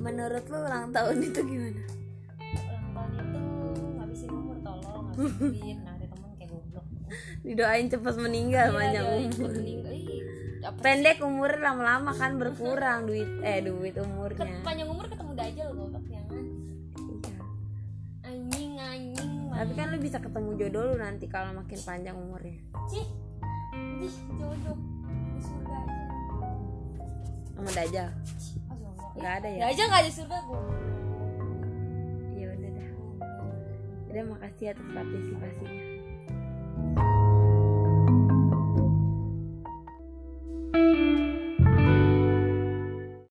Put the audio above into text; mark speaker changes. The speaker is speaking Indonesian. Speaker 1: menurut lu ulang tahun itu gimana
Speaker 2: ulang tahun itu ngabisin umur tolong ngabisin duit nah ada temen kayak goblok
Speaker 1: didoain cepat meninggal
Speaker 2: Iya,
Speaker 1: banyak
Speaker 2: dia
Speaker 1: umur.
Speaker 2: ikut meninggal ih apa
Speaker 1: pendek umur lama-lama kan berkurang duit eh duit
Speaker 2: sih?
Speaker 1: umurnya
Speaker 2: Ket- panjang umur ketemu dajal goblok jangan
Speaker 1: Iya.
Speaker 2: anjing anjing
Speaker 1: tapi kan lu bisa ketemu jodoh lu nanti kalau makin panjang umurnya
Speaker 2: cih cih jodoh di surga aja
Speaker 1: sama Dajjal
Speaker 2: Cih, ah, goblok.
Speaker 1: nggak ada ya
Speaker 2: dajal nggak di surga gue
Speaker 1: iya udah dah udah makasih atas ya partisipasinya